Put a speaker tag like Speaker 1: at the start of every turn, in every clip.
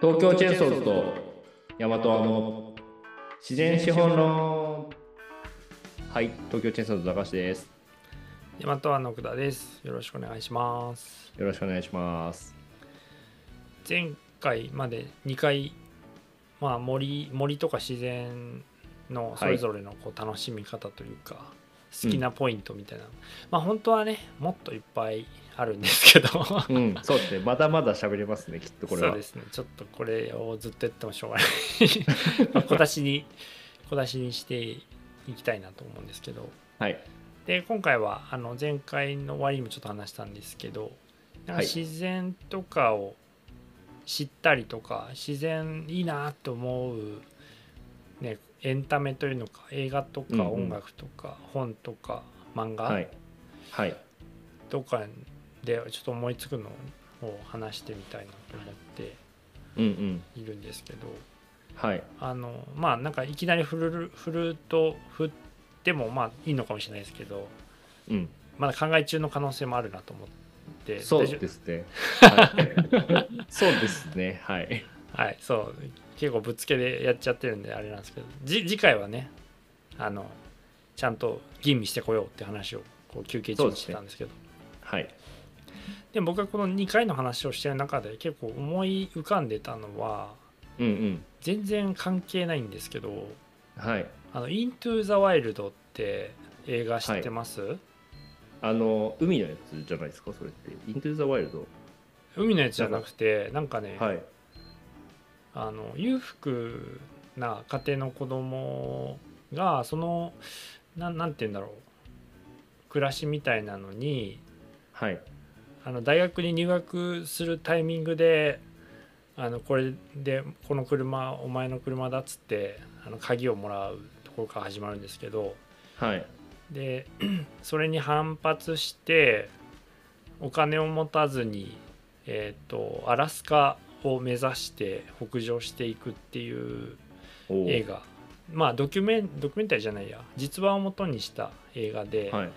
Speaker 1: 東京チェーンソーズとヤマトアの自然資本論はい東京チェーンソーズ高橋です
Speaker 2: 大和湾の奥田です。よろしくお願いします。
Speaker 1: よろしくお願いします
Speaker 2: 前回まで2回、まあ、森森とか自然のそれぞれのこう楽しみ方というか、好きなポイントみたいな、まあ本当はねもっといっぱいあるんですけど
Speaker 1: うんそうですねまだまだ喋れますねきっとこれ
Speaker 2: そう
Speaker 1: は
Speaker 2: ですねちょっとこれをずっとやってもしょうがない、まあ小出しに小出しにしていきたいなと思うんですけど。
Speaker 1: はい
Speaker 2: で今回はあの前回の終わりにもちょっと話したんですけどなん
Speaker 1: は
Speaker 2: か
Speaker 1: い
Speaker 2: 自然とかを知ったりとか、自然いいなと思う、ね、エンタメというのか映画と
Speaker 1: うんう
Speaker 2: か
Speaker 1: ん
Speaker 2: 音楽とか本とか漫
Speaker 1: は
Speaker 2: 画
Speaker 1: いはい
Speaker 2: とかでちょっと思いつくのを話してみたいなと思って
Speaker 1: うんうん
Speaker 2: いるんですけど
Speaker 1: はい
Speaker 2: あのまあなんかいきなり振る振ると振ってもまあいいのかもしれないですけど
Speaker 1: うん
Speaker 2: まだ考え中の可能性もあるなと思って
Speaker 1: そう
Speaker 2: 大丈夫
Speaker 1: ですね はいそうですねはい
Speaker 2: はいそう結構ぶっつけでやっちゃってるんであれなんですけどじ次回はねあのちゃんと吟味してこようって話をこう休憩中にしてたんですけどで
Speaker 1: はい
Speaker 2: 僕がこの2回の話をしてる中で結構思い浮かんでたのは
Speaker 1: うんうん
Speaker 2: 全然関係ないんですけど
Speaker 1: はい
Speaker 2: 「あのイントゥ・ザ・ワイルド」って映画知ってます、
Speaker 1: あの海のやつじゃないですかそれってイントゥーザワイルド
Speaker 2: 海のやつじゃなくてなんかね、
Speaker 1: はい
Speaker 2: あの裕福な家庭の子供がそのなんなんて言うんだろう暮らしみたいなのに
Speaker 1: はい
Speaker 2: あの大学に入学するタイミングであのこれでこの車お前の車だっつってあの鍵をもらうところから始まるんですけど
Speaker 1: はい
Speaker 2: で それに反発してお金を持たずに、えー、とアラスカを目指して北上していくっていう
Speaker 1: おー
Speaker 2: 映画まあドキュメンドキュメンタリーじゃないや実話をもとにした映画で、
Speaker 1: はい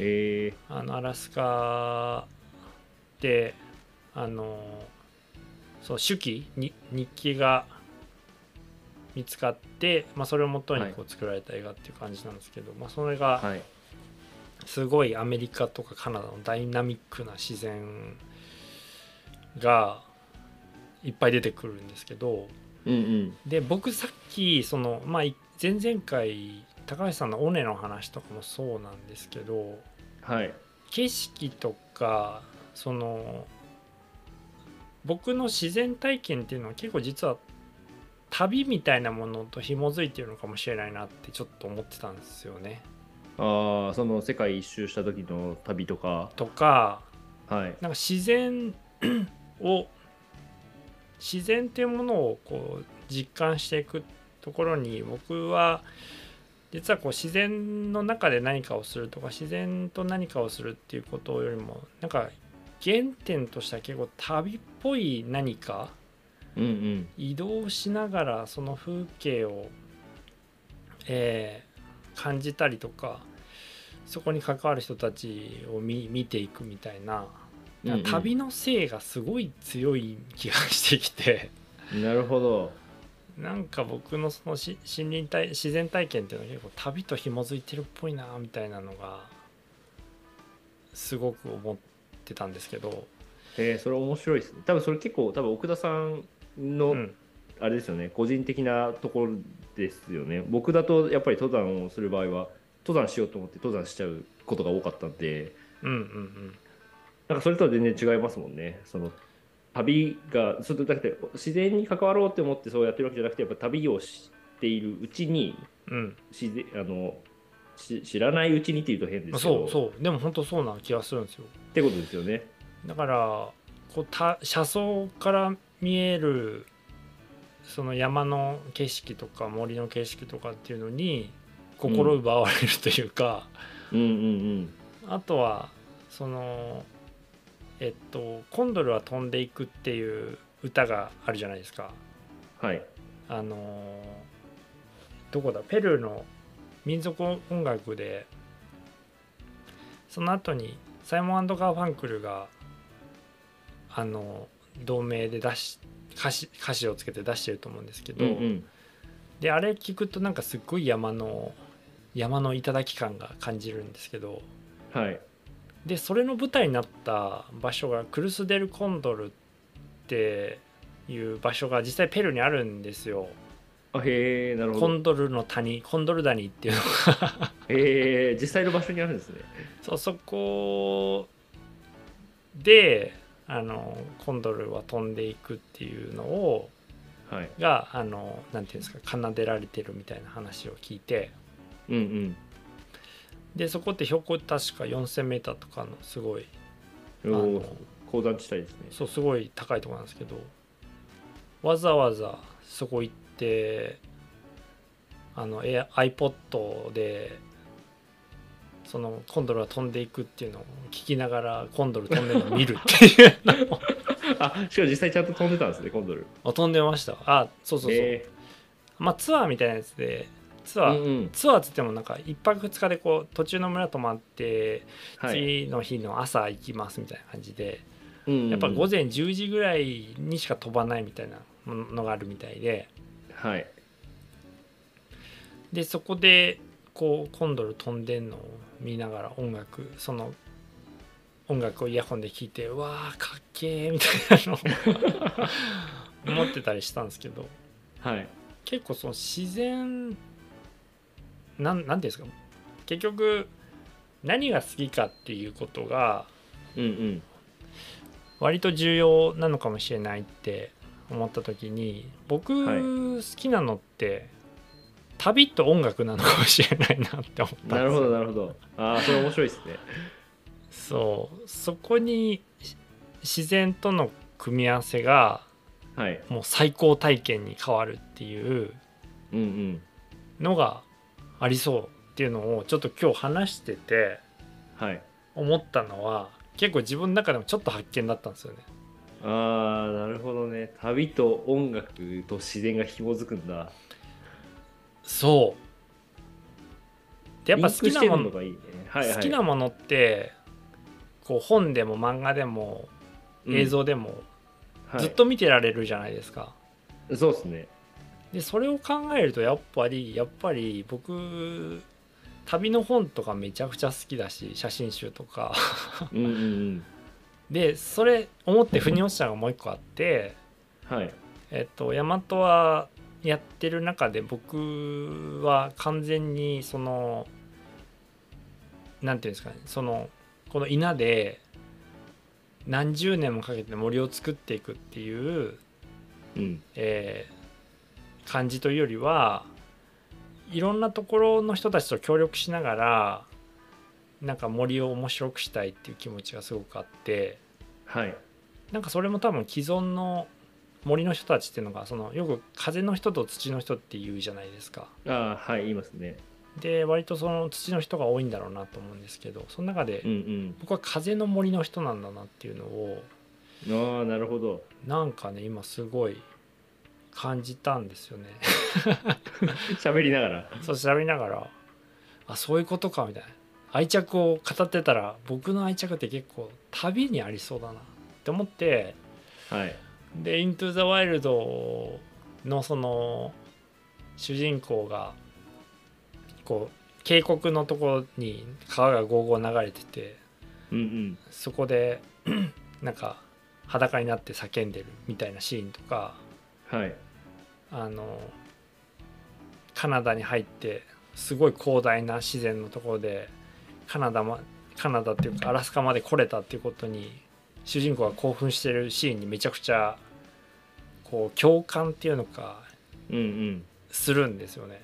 Speaker 1: えー、
Speaker 2: あのアラスカであのそう手記に日記が見つかって、まあ、それをもとにこう作られた映画っていう感じなんですけど、まあ、それが
Speaker 1: はい
Speaker 2: すごいアメリカとかカナダのダイナミックな自然がいっぱい出てくるんですけど、
Speaker 1: うんうん
Speaker 2: で僕さっきその、まあ、い前々回高橋さんの尾根の話とかもそうなんですけど
Speaker 1: はい
Speaker 2: 景色とかその僕の自然体験っていうのは結構実は旅みたいなものと紐づいてるのかもしれないなってちょっと思ってたんですよね。
Speaker 1: ああその世界一周した時の旅とか
Speaker 2: とか
Speaker 1: はい
Speaker 2: なんか自然を自然っていうものをこう実感していくところに僕は実はこう自然の中で何かをするとか自然と何かをするっていうことよりもなんか原点としては結構旅っぽい何か
Speaker 1: うんうん
Speaker 2: 移動しながらその風景を、えー感じたりとかそこに関わる人たちを見見ていくみたいな
Speaker 1: うんうん
Speaker 2: 旅の性がすごい強い気がしてきて
Speaker 1: なるほど
Speaker 2: なんか僕のそのし森林体自然体験っていうのは結構旅と紐づいてるっぽいなみたいなのがすごく思ってたんですけど、
Speaker 1: えー、それ面白いですね多分それ結構多分奥田さんの、
Speaker 2: うん、
Speaker 1: あれですよね個人的なところですよね僕だとやっぱり登山をする場合は登山しようと思って登山しちゃうことが多かったんで
Speaker 2: うんうん
Speaker 1: なんかそれとは全然違いますもんねその旅がそれだって自然に関わろうって思ってそうやってるわけじゃなくてやっぱ旅をしているうちに
Speaker 2: うんうん
Speaker 1: 自然あのし知らないうちにっていうと変ですけ
Speaker 2: そ
Speaker 1: ど
Speaker 2: うそうでも本当そうな気がするんですよ
Speaker 1: ってことですよね。
Speaker 2: だからこうた車窓から見えるその山の景色とか森の景色とかっていうのに心奪われるというか、
Speaker 1: うんうん
Speaker 2: あとはそのえっと「コンドルは飛んでいく」っていう歌があるじゃないですか
Speaker 1: うん。はい。
Speaker 2: あのどこだペルーの民族音楽でその後にサイモンガーファンクルがあの同盟で出し歌詞歌詞をつけて出してると思うんですけど、
Speaker 1: うんうん
Speaker 2: であれ聞くとなんかすっごい山の山の頂感が感じるんですけど
Speaker 1: はい
Speaker 2: でそれの舞台になった場所がクルス・デル・コンドルっていう場所が実際ペルーにあるんですよ。
Speaker 1: あへえなるほ
Speaker 2: コ
Speaker 1: ど
Speaker 2: ンドルの谷コンドル谷っていうの が
Speaker 1: へえ実際の場所にあるんですね
Speaker 2: そうそこであのコンドルは飛んでいくっていうのを
Speaker 1: はい
Speaker 2: があのなんていうんですか奏でられてるみたいな話を聞いて
Speaker 1: うんうん
Speaker 2: でそこって標高確か 4,000m とかのすごいあ
Speaker 1: お
Speaker 2: の
Speaker 1: お鉱山地帯ですね
Speaker 2: そうすごい高いところなんですけどわざわざそこ行ってあのエア iPod でそのコンドルが飛んでいくっていうのを聞きながらコンドル飛んでるのを見るっていう
Speaker 1: あしかも実際ちゃんと飛んでたんですねコンドル
Speaker 2: あ飛んでましたあそうそうそう、
Speaker 1: へ
Speaker 2: まあツアーみたいなやつでツ
Speaker 1: ー
Speaker 2: ア
Speaker 1: う
Speaker 2: ー、
Speaker 1: んうん
Speaker 2: ツアーっつってもなんか1泊2日でこう途中の村泊まって
Speaker 1: はい
Speaker 2: 次の日の朝行きますみたいな感じで、
Speaker 1: うんうん
Speaker 2: やっぱ午前10時ぐらいにしか飛ばないみたいなのがあるみたいで
Speaker 1: はい
Speaker 2: でそこでこうコンドル飛んでんのを見ながら音楽その音楽をイヤホンで聴いてうわーかっけーみたいな のを思ってたりしたんですけど
Speaker 1: はい
Speaker 2: 結構その自然なんなんていうんですか結局何が好きかっていうことが
Speaker 1: うんうん
Speaker 2: 割と重要なのかもしれないって思った時に僕
Speaker 1: はい
Speaker 2: 好きなのって、旅と音楽なのかもしれないなって思ったんですよ
Speaker 1: なるほどなるほどああそれ面白いですね
Speaker 2: そうそこにし自然との組み合わせが
Speaker 1: はい
Speaker 2: もう最高体験に変わるっていう
Speaker 1: うんうん
Speaker 2: のがありそうっていうのをちょっと今日話してて
Speaker 1: はい
Speaker 2: 思ったのは結構自分の中でもちょっと発見だったんですよね。
Speaker 1: ああなるほどね旅と音楽と自然が紐づくんだ
Speaker 2: そうでやっぱ好きなも
Speaker 1: リンクしてるの
Speaker 2: の
Speaker 1: がいいねはいはい
Speaker 2: 好きなものってこう本でも漫画でも映、像でも
Speaker 1: うん
Speaker 2: ずっ、と見てられるじゃないですか、
Speaker 1: はいそうです ね
Speaker 2: でそれを考えるとやっぱりやっぱり僕旅の本とかめちゃくちゃ好きだし写真集とか
Speaker 1: うんうんうん
Speaker 2: でそれ思って腑に落ちたのがもう一個あって
Speaker 1: はい
Speaker 2: えっと大和はやってる中で僕は完全にそのなんていうんですかねそのこの稲で何十年もかけて森を作っていくっていう、
Speaker 1: うん
Speaker 2: えー感じというよりはいろんなところの人たちと協力しながらなんか森を面白くしたいっていう気持ちがすごくあって。
Speaker 1: はい
Speaker 2: なんかそれも多分既存の森の人たちっていうのがそのよく風の人と土の人っていうじゃないですか。
Speaker 1: ああはい言いますね
Speaker 2: で割とその土の人が多いんだろうなと思うんですけどその中で
Speaker 1: うんうん
Speaker 2: 僕は風の森の人なんだなっていうのを
Speaker 1: ああなるほど
Speaker 2: なんかね今すごい感じたんですよね。
Speaker 1: 喋りながら
Speaker 2: そう調べながらあそういうことかみたいな愛着を語ってたら僕の愛着って結構旅にありそうだなって思って
Speaker 1: はい
Speaker 2: で「イントゥ・ザ・ワイルド」のその主人公がこう渓谷のところに川がゴーゴー流れてて
Speaker 1: うんうん
Speaker 2: そこでなんか裸になって叫んでるみたいなシーンとか
Speaker 1: はい
Speaker 2: あのカナダに入ってすごい広大な自然のところでカナダ,、ま、カナダっていうかアラスカまで来れたっていうことに主人公が興奮してるシーンにめちゃくちゃこう共感っていうのか
Speaker 1: うんうん
Speaker 2: するんですよね。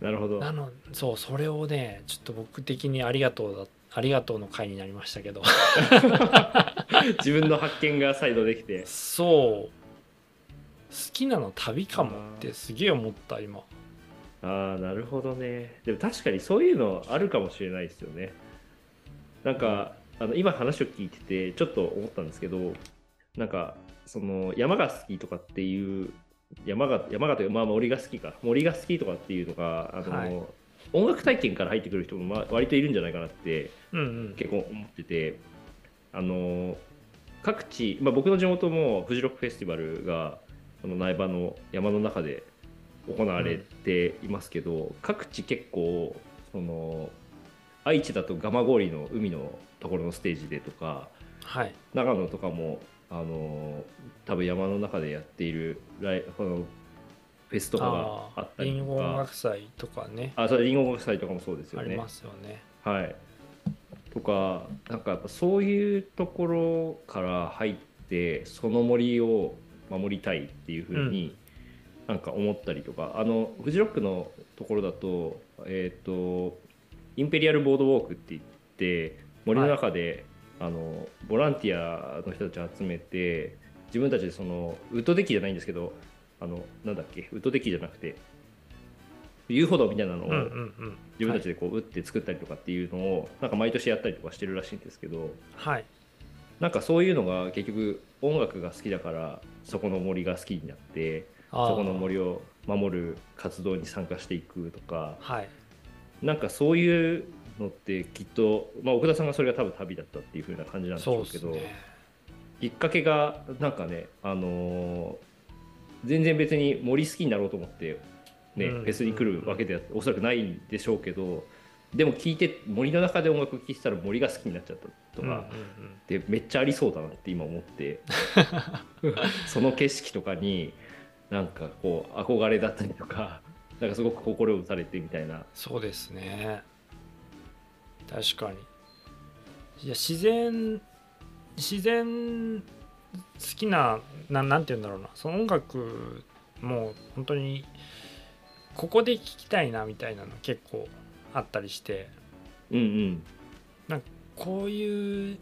Speaker 1: なるほど
Speaker 2: なのそうそれをねちょっと僕的にありがとうだありがとうの回になりましたけ ど
Speaker 1: 自分の発見が再度できて
Speaker 2: そう好きなの旅かもってすげえ思った今。
Speaker 1: ああなるほどねでも確かにそういうのあるかもしれないですよねなんか、あの今話を聞いててちょっと思ったんですけどなんかその山が好きとかっていう山が山がというかまあ森が好きか森が好きとかっていうのがあの、
Speaker 2: はい
Speaker 1: 音楽体験から入ってくる人もま割といるんじゃないかなって
Speaker 2: うんうん、
Speaker 1: 結構思っててあの各地、まあ、僕の地元もフジロックフェスティバルがこの苗場の山の中で行われていますけど、各地結構その愛知だと蒲郡の海のところのステージでとか
Speaker 2: はい
Speaker 1: 長野とかもあの多分山の中でやっているライこのフェスとかがあった
Speaker 2: り
Speaker 1: り
Speaker 2: ん
Speaker 1: と
Speaker 2: ご音
Speaker 1: か
Speaker 2: 楽祭とかね
Speaker 1: あそれリンゴ音楽祭とかもそうですよ
Speaker 2: あ
Speaker 1: ね。
Speaker 2: りますよね
Speaker 1: はい、とかなんかやっぱそういうところから入ってその森を守りたいっていうふうに、なんか思ったりとかあのフジロックのところだと,、えっとインペリアルボードウォークって言って森の中で、あのボランティアの人たち集めて自分たちでそのウッドデッキじゃないんですけどあのなんだっけウッドデッキじゃなくて遊歩道みたいなのを
Speaker 2: うんうんうん
Speaker 1: 自分たちでこう打って作ったりとかっていうのをなんか毎年やったりとかしてるらしいんですけど
Speaker 2: はい
Speaker 1: なんかそういうのが結局音楽が好きだからそこの森が好きになって
Speaker 2: あー
Speaker 1: そこの森を守る活動に参加していくとか
Speaker 2: はい
Speaker 1: なんかそういうのってきっと、まあ、奥田さんがそれが多分旅だったっていう風な感じなんでし
Speaker 2: そ
Speaker 1: ょ
Speaker 2: う
Speaker 1: う
Speaker 2: で
Speaker 1: け
Speaker 2: す
Speaker 1: ど、
Speaker 2: ね
Speaker 1: きっかけがなんかね、あのー全然別に森好きになろうと思って、ね
Speaker 2: うん
Speaker 1: フェスに来るわけではおそらくないんでしょうけどでも聞いて森の中で音楽聴いてたら森が好きになっちゃったと
Speaker 2: うんうん
Speaker 1: か、
Speaker 2: うん
Speaker 1: でめっちゃありそうだなって今思って その景色とかになんかこう憧れだったりとかなんかすごく心を打たれてみたいな。
Speaker 2: そうですね確かにいや自然自然好きなななんて言うんだろうなその音楽も本当にここで聴きたいなみたいなの結構あったりして
Speaker 1: うん うん
Speaker 2: こういう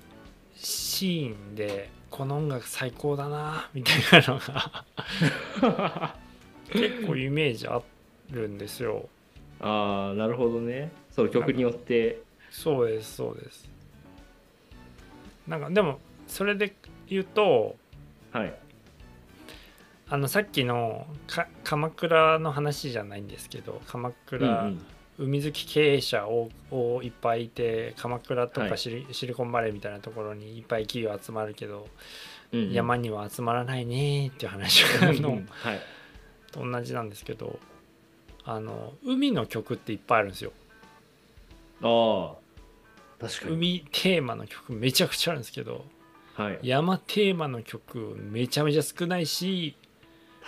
Speaker 2: シーンでこの音楽最高だなみたいな のが結構イメージあるんですよ
Speaker 1: ああなるほどねその曲によって
Speaker 2: そうですそうですなんかでもそれで言うと
Speaker 1: はい
Speaker 2: あのさっきのか鎌倉の話じゃないんですけど鎌倉、
Speaker 1: うんうん
Speaker 2: 海好き経営者ををいっぱいいて鎌倉と
Speaker 1: は
Speaker 2: か
Speaker 1: い
Speaker 2: シリ,、シリコンバレーみたいなところにいっぱい企業集まるけど、
Speaker 1: うんうん
Speaker 2: 山には集まらないねーっていう話
Speaker 1: う
Speaker 2: の
Speaker 1: んはい
Speaker 2: と同じなんですけどあの海の曲っていっぱいあるんですよ
Speaker 1: ああ確かに
Speaker 2: 海テーマの曲めちゃくちゃあるんですけど
Speaker 1: はい
Speaker 2: 山テーマの曲めちゃめちゃ少ないし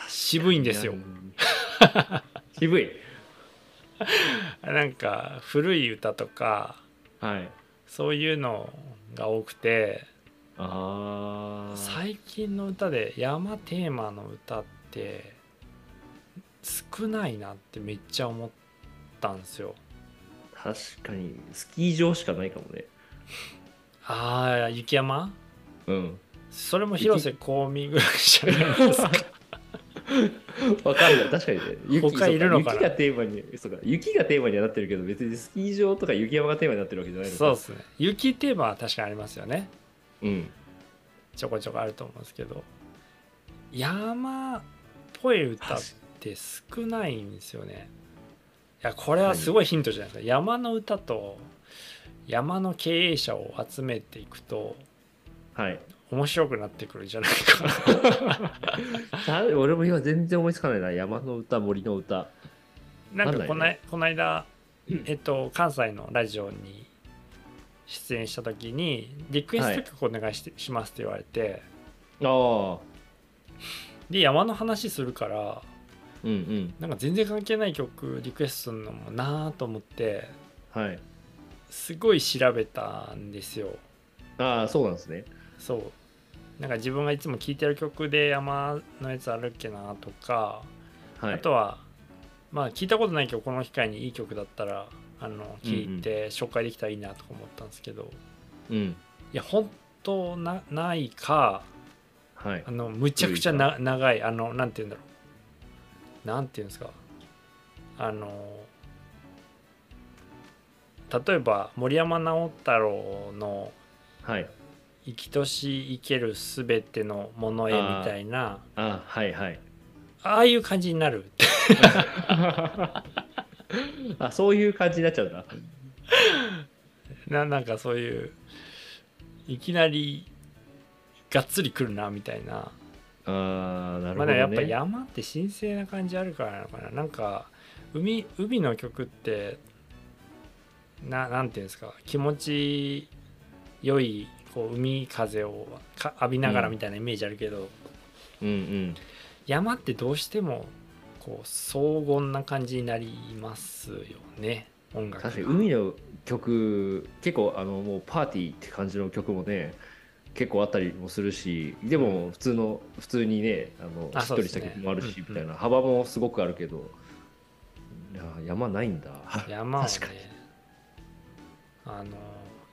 Speaker 2: 渋いんですよ
Speaker 1: うん 渋い
Speaker 2: なんか古い歌とか
Speaker 1: はい
Speaker 2: そういうのが多くて
Speaker 1: ああ
Speaker 2: 最近の歌で山テーマの歌って少ないなってめっちゃ思ったんですよ
Speaker 1: 確かにスキー場しかないかもね
Speaker 2: あー雪山
Speaker 1: うん
Speaker 2: それも広瀬香美ぐらいじゃないですか
Speaker 1: わかんない確かにね雪
Speaker 2: 他いるのかな
Speaker 1: そう雪がテーマにそうか雪がテーマにはなってるけど別にスキー場とか雪山がテーマになってるわけじゃないのか
Speaker 2: そうですね雪テーマは確かにありますよね
Speaker 1: うん
Speaker 2: ちょこちょこあると思うんですけど山っぽい歌って少ないんですよねいやこれはすごいヒントじゃないですか山の歌と山の経営者を集めていくと
Speaker 1: はい
Speaker 2: 面白くなってくるんじゃないかな
Speaker 1: さ俺も今全然思いつかないな山の歌森の歌
Speaker 2: なんか
Speaker 1: わ
Speaker 2: こ
Speaker 1: かん
Speaker 2: な
Speaker 1: ない
Speaker 2: いこの間、えっと、関西のラジオに出演した時にリクエスト曲お願いして、しますって言われて
Speaker 1: ああ
Speaker 2: で山の話するから
Speaker 1: うんうん
Speaker 2: なんか全然関係ない曲リクエストするのもなーと思って
Speaker 1: はい
Speaker 2: すごい調べたんですよ
Speaker 1: ああそうなんですね
Speaker 2: そうなんか自分がいつも聴いてる曲で山のやつあるっけなとか、
Speaker 1: はい
Speaker 2: あとはまあ聞いたことない曲この機会にいい曲だったらあの聞いて紹介できたらいいなとか思ったんですけど、い
Speaker 1: うん
Speaker 2: や本当なないか
Speaker 1: はい
Speaker 2: あのむちゃくちゃな長いあのなんて言うんだろうなんて言うんですかあの例えば森山直太朗の
Speaker 1: はい
Speaker 2: 「生きとし生けるすべてのものへ」
Speaker 1: あー
Speaker 2: みたいな
Speaker 1: あはいはい
Speaker 2: ああいう感じになる
Speaker 1: あそういう感じになっちゃうんだ
Speaker 2: ななんかそういういきなりがっつり来るなみたいな
Speaker 1: ああなるほ
Speaker 2: ま
Speaker 1: ど、
Speaker 2: あで
Speaker 1: ね
Speaker 2: もやっぱ山って神聖な感じあるからなのかななんか海海の曲ってななんていうんですか気持ち良いこう海風をか浴びながらみたいなイメージあるけど、
Speaker 1: うんうん
Speaker 2: 山ってどうしてもこう荘厳な感じになりますよね音楽が
Speaker 1: 確かに海の曲結構あのもうパーティーって感じの曲もね結構あったりもするしでも普通の普通にねあの
Speaker 2: あ
Speaker 1: しっとりした曲もあるし、
Speaker 2: そうですね
Speaker 1: みたいな幅もすごくあるけどいや山ないんだ
Speaker 2: 山はね
Speaker 1: 確かに
Speaker 2: あの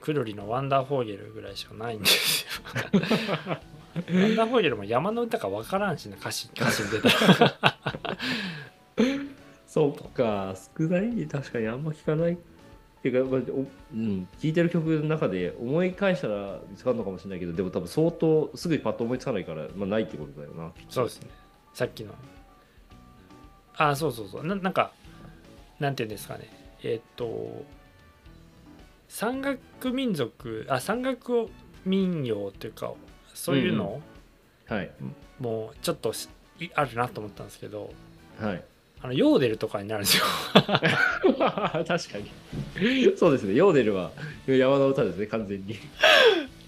Speaker 2: クルリの「ワンダーフォーゲル」ぐらいしかないんです よ。ワンダーフォーゲルも山の歌か分からんしな 歌詞歌詞に出たら
Speaker 1: そうか少ないね確かにあんま聞かないっていうか、まあおうん、聞いてる曲の中で思い返したら見つかるのかもしれないけどでも多分相当すぐにパッと思いつかないから、まあ、ないってことだよな
Speaker 2: そうですねさっきのあそうそうそうななんかなんていうんですかねえーっと山岳民族あ山岳民謡というかそういうの
Speaker 1: はい
Speaker 2: もちょっとしいあるなと思ったんですけど
Speaker 1: はい
Speaker 2: あのヨーデルとかになるんですよ。
Speaker 1: 確かにそうですねヨーデルは山の歌ですね完全に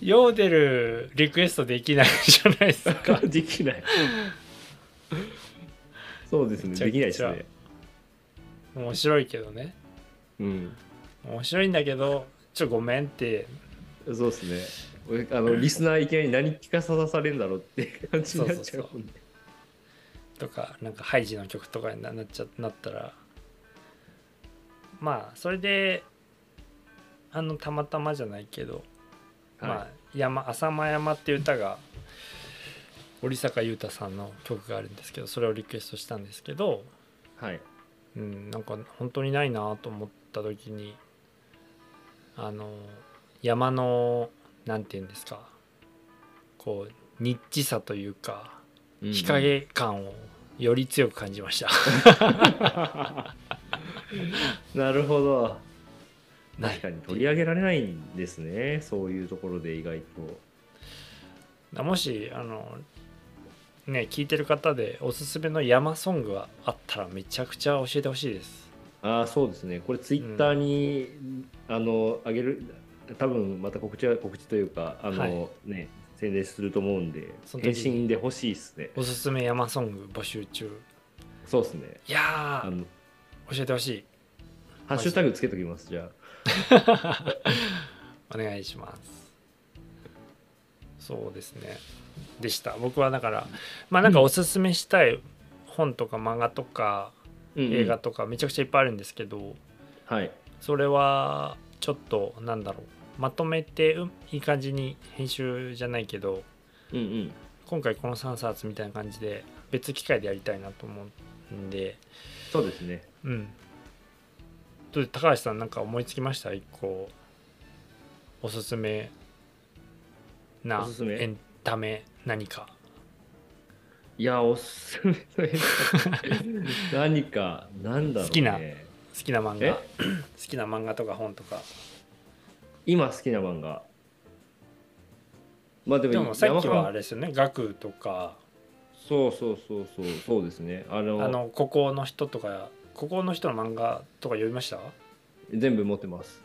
Speaker 2: ヨーデルリクエストできないじゃない ですか
Speaker 1: できないそうですね
Speaker 2: めちゃ
Speaker 1: でき
Speaker 2: くちゃ
Speaker 1: ないですね
Speaker 2: 面白いけどね
Speaker 1: うん
Speaker 2: 面白いんだけどちょごめんって
Speaker 1: そうですね俺あのリスナー意見に何聞かさされるんだろうって感じになっちゃうもんね
Speaker 2: とかなんかハイジの曲とかにななっちゃなったらまあそれであのたまたまじゃないけど、まあ
Speaker 1: は
Speaker 2: 山「浅間山」っていう歌が織坂優太さんの曲があるんですけどそれをリクエストしたんですけど、
Speaker 1: い、はい
Speaker 2: うん、なんか本当にないなと思った時にあの山のなんて言うんですかこうニッチさというか
Speaker 1: うん
Speaker 2: 日陰感をより強く感じ ました、
Speaker 1: なるほど
Speaker 2: ない
Speaker 1: 確かに取り上げられないんですねそういうところで意外と
Speaker 2: もしあのね聞いてる方でおすすめの山ソングがあったらめちゃくちゃ教えてほしいです
Speaker 1: ああそうですねこれツイッターに、あの上げる多分また告知は告知というかあの、
Speaker 2: はい
Speaker 1: ね宣伝すると思うんで
Speaker 2: その時
Speaker 1: 返
Speaker 2: に
Speaker 1: 信で欲しいですね
Speaker 2: おすすめ山ソング募集中
Speaker 1: そうですね
Speaker 2: い
Speaker 1: あ
Speaker 2: やー
Speaker 1: の
Speaker 2: 教えてほしい
Speaker 1: ハッシュタグつけときますじゃ
Speaker 2: お願いしますそうですねでした僕はだからまあなんかおすすめしたい本とか漫画とか
Speaker 1: あ、うんうん
Speaker 2: 映画とかめちゃくちゃいっぱいあるんですけど、
Speaker 1: はい
Speaker 2: それはちょっとなんだろうまとめてうんいい感じに編集じゃないけど
Speaker 1: うんうん
Speaker 2: 今回この3冊みたいな感じで別機会でやりたいなと思うんで
Speaker 1: そうですね
Speaker 2: うんどう高橋さんなんか思いつきました一個おすすめな
Speaker 1: おすすめ
Speaker 2: エンタメ何か
Speaker 1: いやおすすめの 映画何かなんだろう、ね、
Speaker 2: 好きな好きな漫
Speaker 1: え
Speaker 2: 画好きな漫画とか本とか
Speaker 1: 今好きな漫画まあでも
Speaker 2: でもさっき
Speaker 1: 山
Speaker 2: は
Speaker 1: 上
Speaker 2: あれですよね学とか
Speaker 1: そうそうそうそうそうですねあの
Speaker 2: あの孤高の人とか孤高の人の漫画とか読みました
Speaker 1: 全部持ってます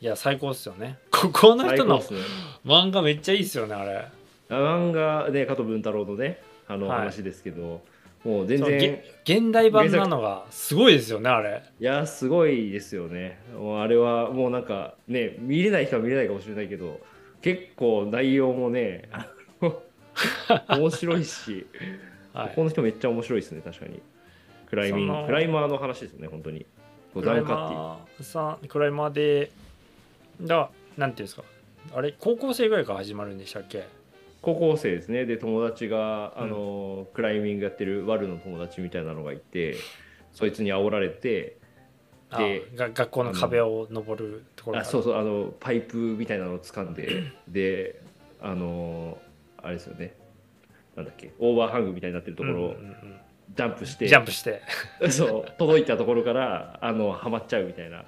Speaker 2: いや最高っすよねここの人の
Speaker 1: 最高ですね
Speaker 2: 漫画めっちゃいいっすよねあれ
Speaker 1: あ漫画で加藤文太郎のねあの
Speaker 2: はい
Speaker 1: 話ですけど、もう全
Speaker 2: その
Speaker 1: 然
Speaker 2: げ現代版なのがすごいですよねあれ
Speaker 1: いやすごいですよねもうあれはもうなんかね見れない人は見れないかもしれないけど結構内容もねあ の面白いし、
Speaker 2: は
Speaker 1: こ
Speaker 2: い
Speaker 1: この人めっちゃ面白いですね確かにクライミン
Speaker 2: その
Speaker 1: グクライマーの話ですよね本当に
Speaker 2: ク
Speaker 1: 五
Speaker 2: ライ
Speaker 1: 段階っていう
Speaker 2: マーさんクライマーでだなんていうんですかあれ高校生ぐらいから始まるんでしたっけ
Speaker 1: 高校生ですねで友達があの、クライミングやってるワルの友達みたいなのがいてそいつに煽られて
Speaker 2: あ
Speaker 1: で
Speaker 2: が学校の壁を登るところ
Speaker 1: あそうそうあのパイプみたいなのを掴んで であのあれですよねなんだっけオーバーハングみたいになってると
Speaker 2: と
Speaker 1: ころをジャンプして、
Speaker 2: ジャンプして
Speaker 1: そう届いたところからあのハマっちゃうみたいな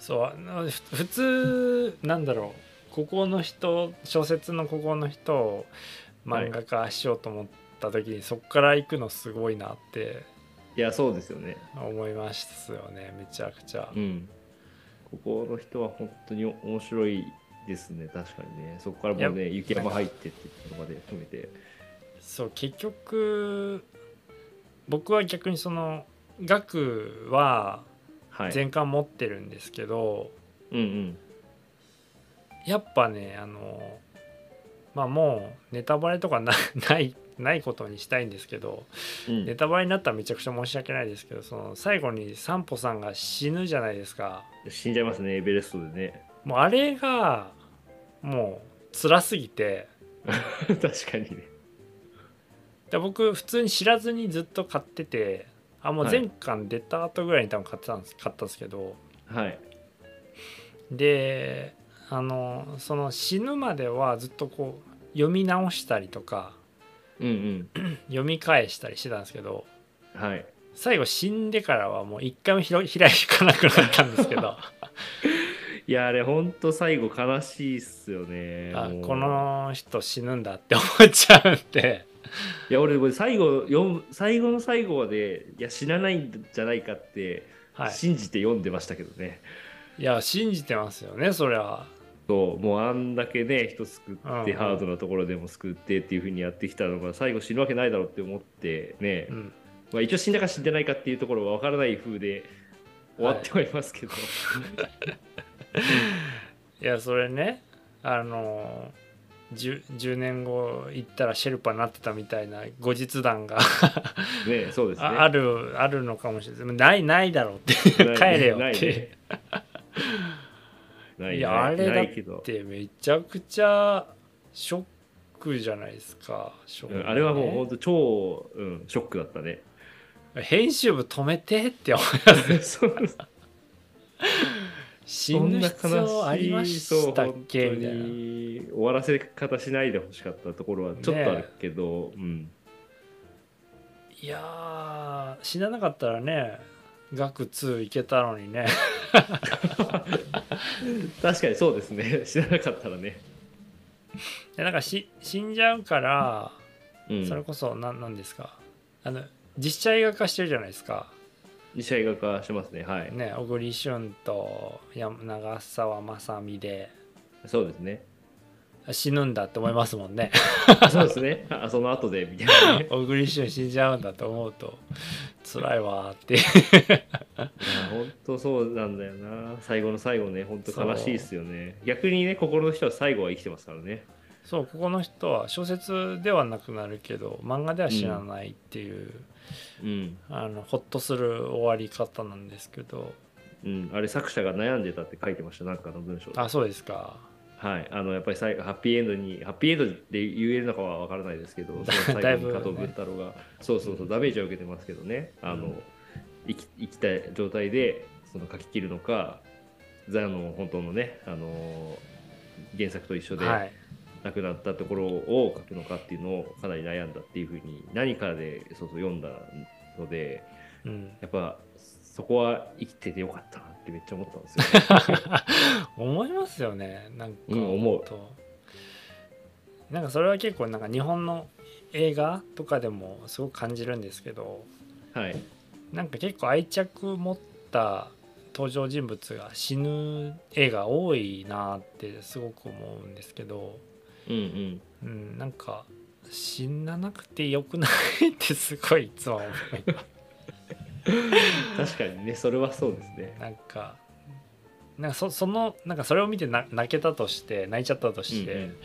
Speaker 2: そうあのふ普通なんだろうここの人小説のここの人を漫画化しようと思った時に、そこから行くのすごいなって
Speaker 1: いやそうですよね
Speaker 2: 思いますよねめちゃくちゃ
Speaker 1: う。んここの人は本当に面白いですね確かにねそこからもうね雪山入ってっていうのまで含めて
Speaker 2: そう結局僕は逆にその額は
Speaker 1: はい
Speaker 2: 全巻持ってるんですけど、
Speaker 1: うんうん
Speaker 2: やっぱねあのまあもうネタバレとかな ないないことにしたいんですけど
Speaker 1: うん
Speaker 2: ネタバレになったらめちゃくちゃ申し訳ないですけどその最後にサンポさんが死ぬじゃないですか
Speaker 1: 死んじゃいますねエベレストでね
Speaker 2: もうあれがもう辛すぎて
Speaker 1: 確かにね
Speaker 2: で僕普通に知らずにずっと買っててあもう前巻出た後ぐらいに多分買ってたんです買ったんですけど
Speaker 1: はい
Speaker 2: であのその死ぬまではずっとこう読み直したりとか
Speaker 1: うん
Speaker 2: 読み返したりしてたんですけど
Speaker 1: うんはい
Speaker 2: 最後死んでからはもう一回もひろ開かなくなったんですけ ど
Speaker 1: いやあれほんと最後悲しいっすよね
Speaker 2: あ
Speaker 1: もう
Speaker 2: この人死ぬんだって思っちゃうんで
Speaker 1: いや俺これ最後読む最後の最後までいや死なないんじゃないかって
Speaker 2: は
Speaker 1: 信じて読んでましたけどね、
Speaker 2: いいや信じてますよねそれは
Speaker 1: そうもうあんだけね人救って
Speaker 2: うん
Speaker 1: ハードなところでも救ってっていう風にやってきたのが最後死ぬわけないだろうって思ってね、
Speaker 2: うん
Speaker 1: まあ、一応死んだか死んでないかっていうところは分からない風で終わってはいますけど、
Speaker 2: いやそれねあの 10, 10年後行ったらシェルパになってたみたいな後日談が
Speaker 1: ねそうですね
Speaker 2: ああるあるのかもしれないでもないないだろうって
Speaker 1: ない
Speaker 2: 帰れよ
Speaker 1: ない
Speaker 2: っ
Speaker 1: ね
Speaker 2: て
Speaker 1: ない
Speaker 2: いやあれだ
Speaker 1: ないけど、
Speaker 2: でめちゃくちゃショックじゃないですかショッ
Speaker 1: う
Speaker 2: クね
Speaker 1: んあれはもう本当超、うん、ショックだった ね
Speaker 2: 編集部止めてって思う
Speaker 1: そう
Speaker 2: 死ぬ必要ありましたっけ
Speaker 1: そう本
Speaker 2: みたい
Speaker 1: 当
Speaker 2: な
Speaker 1: に終わらせ方しないでほしかったところはちょっとあるけど、うん
Speaker 2: いやー死ななかったらね学2いけたのにね
Speaker 1: 確かにそうですね 知らなかったらね、
Speaker 2: でなんかし死んじゃうから、
Speaker 1: うん、
Speaker 2: それこそ何なんですかあの実写映画化してるじゃないですか
Speaker 1: に映画化してますねはい、
Speaker 2: ね小栗旬とや長澤まさみで
Speaker 1: そうですね
Speaker 2: 死ぬんだって思いますもんね
Speaker 1: そうですねあその後でみたいなね
Speaker 2: 小栗旬死んじゃうんだと思うと辛いわーって
Speaker 1: い や本当そうなんだよな最後の最後ね本当悲しいですよね逆にね心の人は最後は生きてますからね
Speaker 2: そうここの人は小説ではなくなるけど漫画では死なないっていう、
Speaker 1: うん、
Speaker 2: あのほっとする終わり方なんですけど
Speaker 1: うん、あれ作者が悩んでたって書いてましたなんかの文章で
Speaker 2: あそうですか
Speaker 1: はいあのやっぱり最後ハッピーエンドにハッピーエンドで言えるのかは分からないです けどその
Speaker 2: だ
Speaker 1: 最後
Speaker 2: い
Speaker 1: に
Speaker 2: ぶ
Speaker 1: 加藤文太郎が、そうそうそうダメージを受けてますけどねあの、
Speaker 2: うん
Speaker 1: 生き生きた状態でその書き切るのかザの本当のねあの原作と一緒で
Speaker 2: はい
Speaker 1: 亡くなったところを書くのかっていうのをかなり悩んだっていうふうに何かでそうそう読んだので
Speaker 2: うん、
Speaker 1: やっぱそこは生きててよかったなってめっちゃ思ったんです よ、ね、
Speaker 2: 思いますよねなんか、
Speaker 1: うん思う
Speaker 2: となんかそれは結構なんか日本の映画とかでもすごく感じるんですけど
Speaker 1: はい
Speaker 2: なんか結構愛着持った登場人物が死ぬ映画多いなってすごく思うんですけど
Speaker 1: うんうん
Speaker 2: うん、なんか死ななくてよくないってすごいいつも思う
Speaker 1: 確かにねそれはそうですね
Speaker 2: なんかなんかそそのなんかそれを見てな泣けたとして泣いちゃったとして、
Speaker 1: うんうん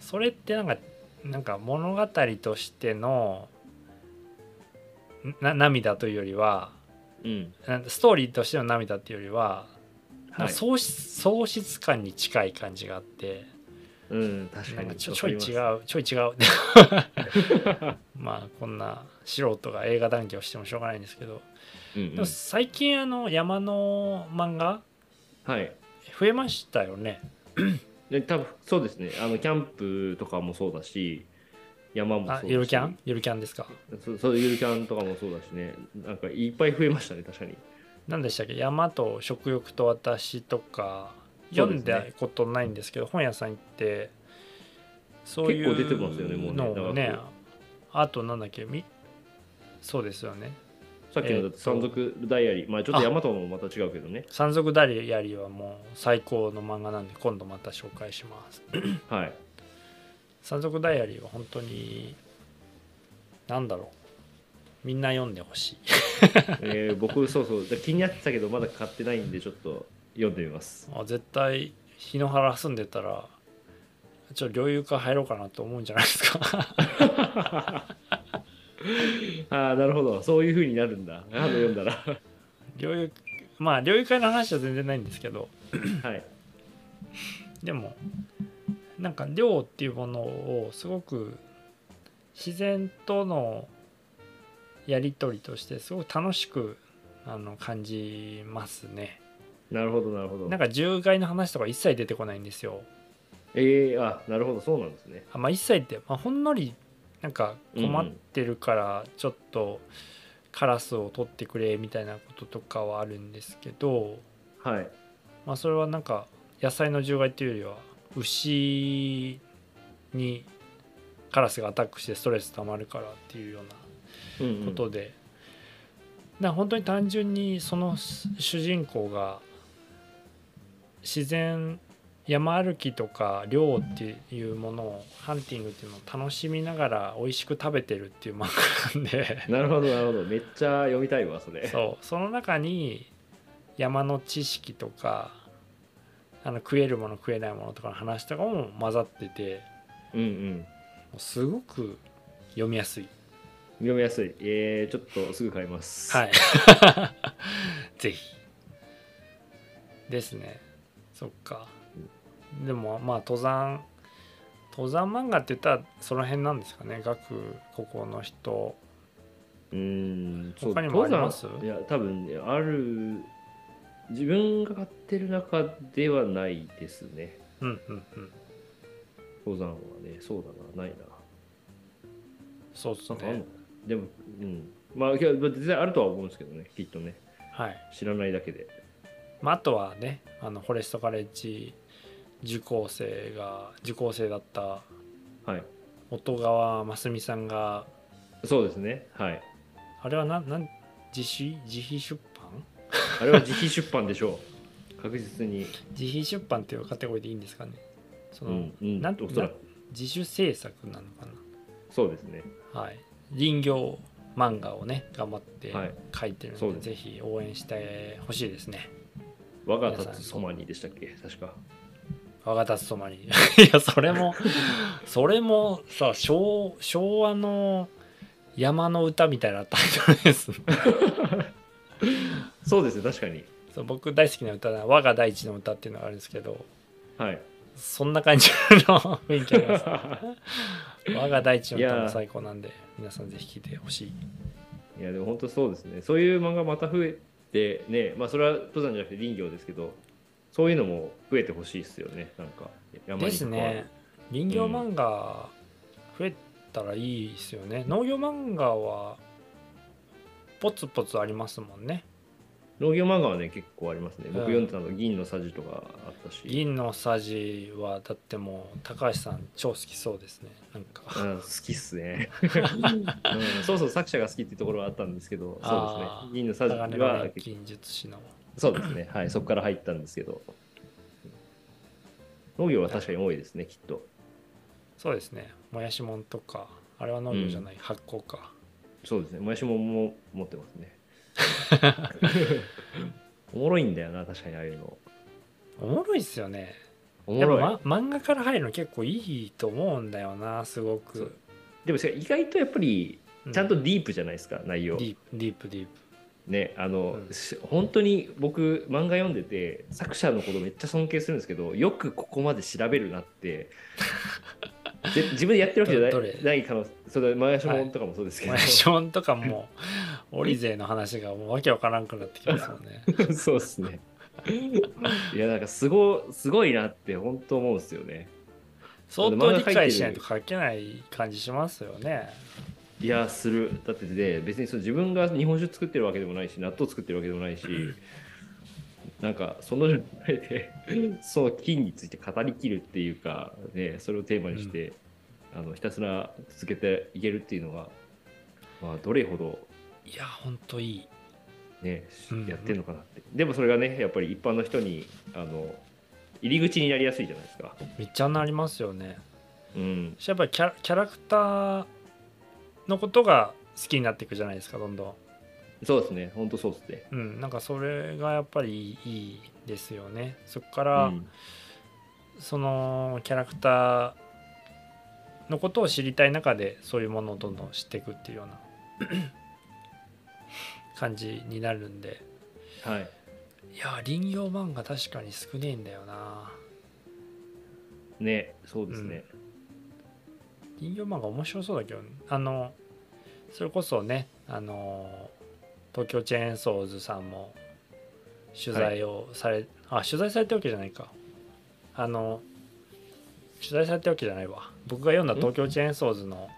Speaker 2: それってなんかなんか物語としてのな涙というよりは
Speaker 1: うん
Speaker 2: なんストーリーとしての涙っていうよりは、な
Speaker 1: は
Speaker 2: ん
Speaker 1: い
Speaker 2: か喪失喪失感に近い感じがあって。
Speaker 1: うん確か
Speaker 2: なんか
Speaker 1: に
Speaker 2: ちょちょい違う
Speaker 1: わか
Speaker 2: ちょい違う まあこんな素人が映画談義をしてもしょうがないんですけど、
Speaker 1: りますうん
Speaker 2: でも最近あの山の漫画
Speaker 1: うんはい
Speaker 2: 増えましたよね
Speaker 1: で多分そうですねあのキャンプとかもそうだし山もそうだ
Speaker 2: あ
Speaker 1: し
Speaker 2: ゆるキャンゆるキャンですか
Speaker 1: そうそうゆるキャンとかもそうだしねなんかいっぱい増えましたね確かに
Speaker 2: 何でしたっけ山と食欲と私とか読ん
Speaker 1: そうです
Speaker 2: だことないんですけど本屋さん行ってそうい
Speaker 1: 結
Speaker 2: う
Speaker 1: 構出てますよねもうね
Speaker 2: のをね
Speaker 1: 長く
Speaker 2: あとなんだっけみそうですよね
Speaker 1: さっきのだ
Speaker 2: えー
Speaker 1: っ
Speaker 2: と
Speaker 1: て山賊ダイアリー、まあちょっとヤマトもまた違うけどね
Speaker 2: 「山賊ダリアリ」はもう最高の漫画なんで今度また紹介します
Speaker 1: はい
Speaker 2: 「山賊ダイアリー」は本当になんだろうみんな読んでほしい
Speaker 1: えー僕そうそうだ気になってたけどまだ買ってないんでちょっと読んでみます
Speaker 2: あ絶対日野原住んでたらちょっと猟友会入ろうかなと思うんじゃないですか
Speaker 1: ああなるほどそういう風になるんだあの読んだら は
Speaker 2: 猟友まあ猟友会の話は全然ないんですけど
Speaker 1: い
Speaker 2: でもなんか量っていうものをすごく自然とのやり取りとしてすごく楽しくあの感じますね
Speaker 1: なるほどなるほど
Speaker 2: なんか獣害の話とか一切出てこないんですよ
Speaker 1: えー、あなるほどそうなんですね
Speaker 2: あまあ一切って、まあ、ほんのりなんか困ってるからちょっとカラスを取ってくれみたいなこととかはあるんですけど
Speaker 1: はい
Speaker 2: まあ、それはなんか野菜の獣害っていうよりは牛にカラスがアタックしてストレス溜まるからっていうよう
Speaker 1: うんう
Speaker 2: なこ
Speaker 1: ん
Speaker 2: とで、な本当に単純にその主人公が自然山歩きとか漁っていうものをハンティングっていうのを楽しみながら美味しく食べてるっていう漫画なんで
Speaker 1: なるほどなるほどめっちゃ読みたいわそれ
Speaker 2: そうその中に山の知識とかあの食えるもの食えないものとかの話とかも混ざってて
Speaker 1: うんうん
Speaker 2: もうすごく読みやすい
Speaker 1: 読みやすいえー、ちょっとすぐ買います
Speaker 2: はい ぜひですねそっかでもまあ登山登山漫画って言ったらその辺なんですかね学ここの人
Speaker 1: うーんそう
Speaker 2: 他にもあります
Speaker 1: 登山いや多分ねある自分が買ってる中ではないですね
Speaker 2: うんうんうん
Speaker 1: 登山はねそうだなないな
Speaker 2: そうです
Speaker 1: なんかあんの
Speaker 2: ね
Speaker 1: かなでもうんまあいや全然あるとは思うんですけどねきっとね
Speaker 2: はい
Speaker 1: 知らないだけで
Speaker 2: まあ、あとはねあのフォレストカレッジ受講生が受講生だった
Speaker 1: はい
Speaker 2: 音川真澄さんが
Speaker 1: そうですねはい
Speaker 2: あれはなんなん自費自費出版
Speaker 1: あれは自費出版でしょう確実に
Speaker 2: 自費出版っていうカテゴリーでいいんですかねその、
Speaker 1: うんうん
Speaker 2: なん
Speaker 1: おそらく
Speaker 2: 自主制作なのか
Speaker 1: そうですね
Speaker 2: なはい林業漫画をね頑張って
Speaker 1: はい
Speaker 2: 書いてるので,、
Speaker 1: そうです
Speaker 2: ぜひ応援してほしいですね
Speaker 1: 我が立つソマニーでしたっけ確か
Speaker 2: 我が立つとまに いやそれもそれもさ昭昭和の山の歌みたいなタイトルですね
Speaker 1: そうですね確かに
Speaker 2: そう僕大好きな歌だ「我が大地の歌」っていうのがあるんですけど
Speaker 1: はい
Speaker 2: そんな感じの雰囲気あ ります我が大地の歌も最高なんで皆さんぜひ聴いてほしい
Speaker 1: いやでも本当そうですねそういう漫画また増えてねまあそれは登山じゃなくて林業ですけどそういうのも増えてほしいですよねなんか山
Speaker 2: で
Speaker 1: に
Speaker 2: す
Speaker 1: 関わる
Speaker 2: ね林業漫画増えたらいいですよね、農業漫画はポツポツありますもんね
Speaker 1: 農業漫画はね結構ありますね僕読
Speaker 2: うん
Speaker 1: んでたの銀のさじとかあったし、
Speaker 2: 銀のさじはだってもう高橋さん超好きそうですねなんか
Speaker 1: うん好きっすね、うん、そうそう作者が好きっていうところはあったんですけどそうです
Speaker 2: あ
Speaker 1: ね
Speaker 2: ー
Speaker 1: 銀のさじ
Speaker 2: 鋼の
Speaker 1: は
Speaker 2: 錬金術師の
Speaker 1: そうですねはいそこから入ったんですけど農業は確かに多いですねきっと
Speaker 2: そうですねもやしもんとかあれは農業じゃない、発酵か
Speaker 1: そうですね。もやしもも持ってます ね。おもろいんだよな、確かにああいうの。
Speaker 2: おもろいっすよね
Speaker 1: おも
Speaker 2: やっ
Speaker 1: ろい。
Speaker 2: ぱ、ま、漫画から入るの結構いいと思うんだよなすご
Speaker 1: そう
Speaker 2: く、
Speaker 1: でも意外とやっぱり、
Speaker 2: う
Speaker 1: ちゃんとディープじゃないですか、内容
Speaker 2: デ。ィープディープディープ
Speaker 1: ね、あの、
Speaker 2: うん
Speaker 1: し本当に僕、漫画読んでて、作者のことめっちゃ尊敬するんですけど、よくここまで調べるな って、ぜ自分でやってるわけじゃない
Speaker 2: どどれ
Speaker 1: ない可能それ、もやしもんとかもそう ですけど、
Speaker 2: もやしもんとかもオリゼの話がもうわけわからんくなってきますも んね
Speaker 1: そうですね。いや、なんかすご、すごいなって、本当思うんですよね。
Speaker 2: 相当理解しないと書けない感じしますよね
Speaker 1: いやするだってで別にその自分が日本酒作ってるわけでもないし納豆作ってるわけでもないしなんかその状態でその金について語りきるっていうか、ね、それをテーマにして、あのひたすら続けていけるっていうのが、まあ、どれほど、
Speaker 2: いやほんといい
Speaker 1: ね
Speaker 2: うんうん、
Speaker 1: やってるのかなって、でもそれがねやっぱり一般の人にあの入り口になりやすいじゃないですか。
Speaker 2: めっちゃなりますよね
Speaker 1: うん
Speaker 2: そしてやっぱりキャラキャラクターのことが好きになっていくじゃないですかどんどん
Speaker 1: そうですね、本当そうですね。
Speaker 2: うんなんかそれがやっぱりいいですよねそこか
Speaker 1: う
Speaker 2: ら、
Speaker 1: ん、
Speaker 2: そのキャラクターのことを知りたい中でそういうものをどんどん知っていくっていうような 感じになるんで
Speaker 1: はい。
Speaker 2: いやー林業漫画確かに少ねえんだよな
Speaker 1: ね、そうですね。
Speaker 2: 林業漫画面白そうだけどあのそれこそねあの東京チェーンソーズさんも取材をされ、あ取材されたわけじゃないかあの取材されたわけじゃないわ僕が読んだ
Speaker 1: ん
Speaker 2: 東京チェーンソーズの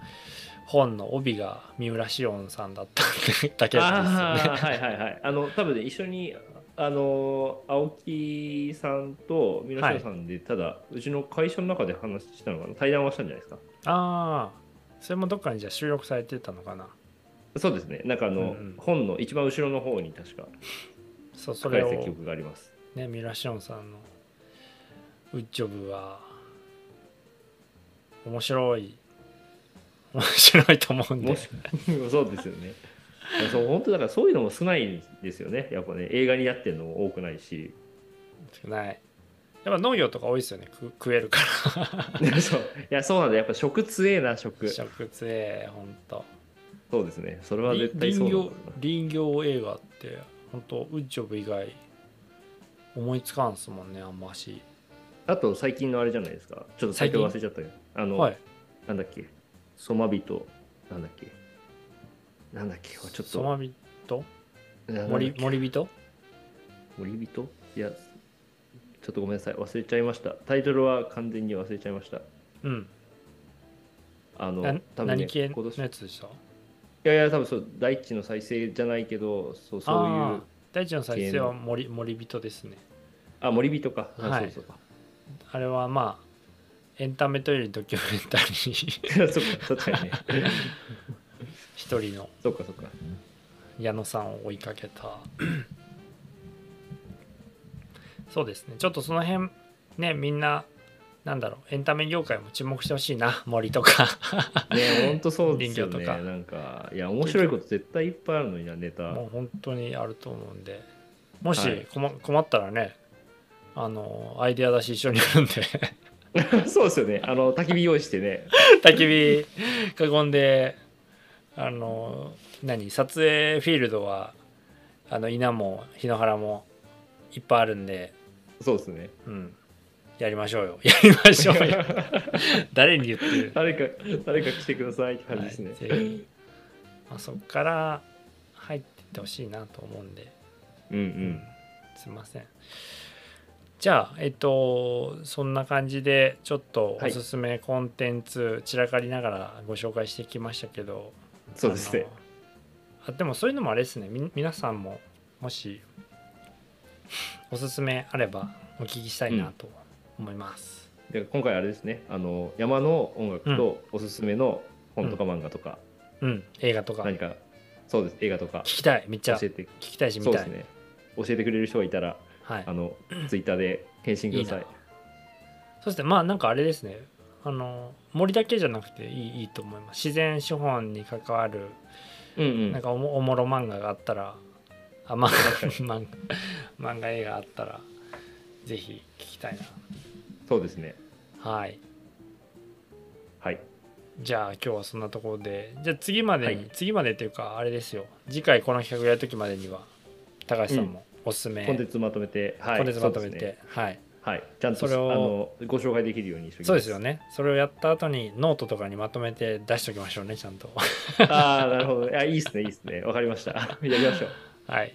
Speaker 2: 本の帯が三浦紫音さんだったんで だけなんですよ
Speaker 1: あ
Speaker 2: ね
Speaker 1: あー、はいはいはい。あの、多分ね、一緒に、あの、青木さんと皆さんさんで、ただ、うちの会社の中で話したのかな、対談はしたんじゃないですか。
Speaker 2: ああそれもどっかにじゃあ収録されてたのかな
Speaker 1: そうですね、なんかあの、
Speaker 2: うんうん
Speaker 1: 本の一番後ろの方に確か
Speaker 2: そうそ
Speaker 1: 書かれ
Speaker 2: れ
Speaker 1: て
Speaker 2: を
Speaker 1: た記憶があります。
Speaker 2: ねミラシオンさんのウッジョブは面白い面白いと思うん
Speaker 1: も
Speaker 2: で
Speaker 1: しそうですよね。いやそう本当だからそういうのも少ないんですよね。やっぱね、映画になってるのも多くないし。
Speaker 2: 少ないやっぱ農業とか多いですよねく食えるか
Speaker 1: そういや、そうなんだ。やっぱ食強えな、食
Speaker 2: ら。食杖ほんと
Speaker 1: そうですね。それは絶対
Speaker 2: 林
Speaker 1: そうなんだろ
Speaker 2: 業林業映画ってほんとウッジョブ以外思いつかんすもんねあんまし
Speaker 1: うな。あと最近のあれじゃないですか。ちょっと最近忘れちゃったけど。あの、
Speaker 2: はい
Speaker 1: なんだっけ。ソマビト、なんだっけ。なんだっけ。ちょっ
Speaker 2: ソ
Speaker 1: と。
Speaker 2: マビト
Speaker 1: ななんだっ
Speaker 2: 森
Speaker 1: け
Speaker 2: 森人
Speaker 1: 森人いや、ちょっとごめんなさい。忘れちゃいました。タイトルは完全に忘れちゃいました。
Speaker 2: うん
Speaker 1: あの、
Speaker 2: な
Speaker 1: 多分
Speaker 2: 何
Speaker 1: ね、
Speaker 2: 系
Speaker 1: 今
Speaker 2: の
Speaker 1: 年。
Speaker 2: やつでした
Speaker 1: いやいや、多分そう、大地の再生じゃないけど、そうそういう、
Speaker 2: ああ大地の再生は
Speaker 1: 系
Speaker 2: 森森人ですね
Speaker 1: あ森人か、あ
Speaker 2: はい
Speaker 1: そうそうか。
Speaker 2: あれはまあエンタメというよりドキュメンタリー
Speaker 1: そう か、確 かにね。
Speaker 2: 一人の
Speaker 1: そうか、そうか。
Speaker 2: 矢野さんを追いか けたそうですねちょっとその辺ねみんななんだろうエンタメ業界も注目してほしいな林とか
Speaker 1: ね、本当そうですよね。
Speaker 2: 林業とか
Speaker 1: なんか、いや、面白いこと絶対いっぱいあるのにな、ネタ。
Speaker 2: もう本当にあると思うんでもし
Speaker 1: はい
Speaker 2: 困,、困ったらねあのアイデア出し一緒にやるんで
Speaker 1: そうですよね。あの、焚き火用意してね。
Speaker 2: 焚き火囲んであの何撮影フィールドはあの稲も檜原もいっぱいあるんで、
Speaker 1: そうですね。
Speaker 2: うん、やりましょうよ やりましょ うよ誰に言ってる、
Speaker 1: 誰か、誰か来てくださいって感じですね
Speaker 2: はい。ぜひまあ、そこから入ってってほしいなと思うんで、
Speaker 1: うんうん。
Speaker 2: すいませんじゃあえっとそんな感じでちょっとおすすめコンテンツ、散らかりながらご紹介してきましたけど
Speaker 1: そうですね。
Speaker 2: あのあでもそういうのもあれですねみ皆さんももしおすすめあればお聞きしたいなと思います、
Speaker 1: で今回あれですね。あの、山の音楽とおすすめの本とか漫画とか、
Speaker 2: うん、映画とか
Speaker 1: 何
Speaker 2: 聞
Speaker 1: か、そうです。映画とか、
Speaker 2: きたいめっち
Speaker 1: 教
Speaker 2: ゃ聞
Speaker 1: えて、
Speaker 2: きたいし見
Speaker 1: そうで
Speaker 2: たい、
Speaker 1: すね。教えてくれる人がいたら、
Speaker 2: はい
Speaker 1: あの、ツイッターで返信ください。
Speaker 2: いいそしてまあなんかあれですねあの森だけじゃなくていいいいと思います自然資本に関わる
Speaker 1: うんうん。
Speaker 2: なんかおもおもろ漫画があったらあ漫画 漫画漫画映画あったらぜひ聞きたい
Speaker 1: そうですね。
Speaker 2: なはい
Speaker 1: はい。
Speaker 2: じゃあ今日はそんなところでじゃあ次までに、
Speaker 1: はい
Speaker 2: 次までっていうかあれですよ次回この企画やる時までには高橋さんもおすすめ、
Speaker 1: コンテンツまとめて、はい。
Speaker 2: コンテンツまとめ
Speaker 1: そう
Speaker 2: て、
Speaker 1: ですね
Speaker 2: はい
Speaker 1: はい。ちゃんと
Speaker 2: それを
Speaker 1: あのご紹介できるようにしておきます。
Speaker 2: そうですよねそれをやった後にノートとかにまとめて出しておきましょうねちゃんと
Speaker 1: ああ、なるほど。いや、いいですね、いいですね。わかりました。 やりましょう。
Speaker 2: はい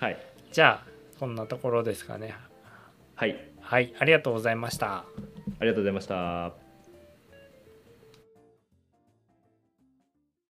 Speaker 1: はい。
Speaker 2: じゃあこんなところですかね
Speaker 1: はい。
Speaker 2: はいありがとうございました
Speaker 1: ありがとうございました。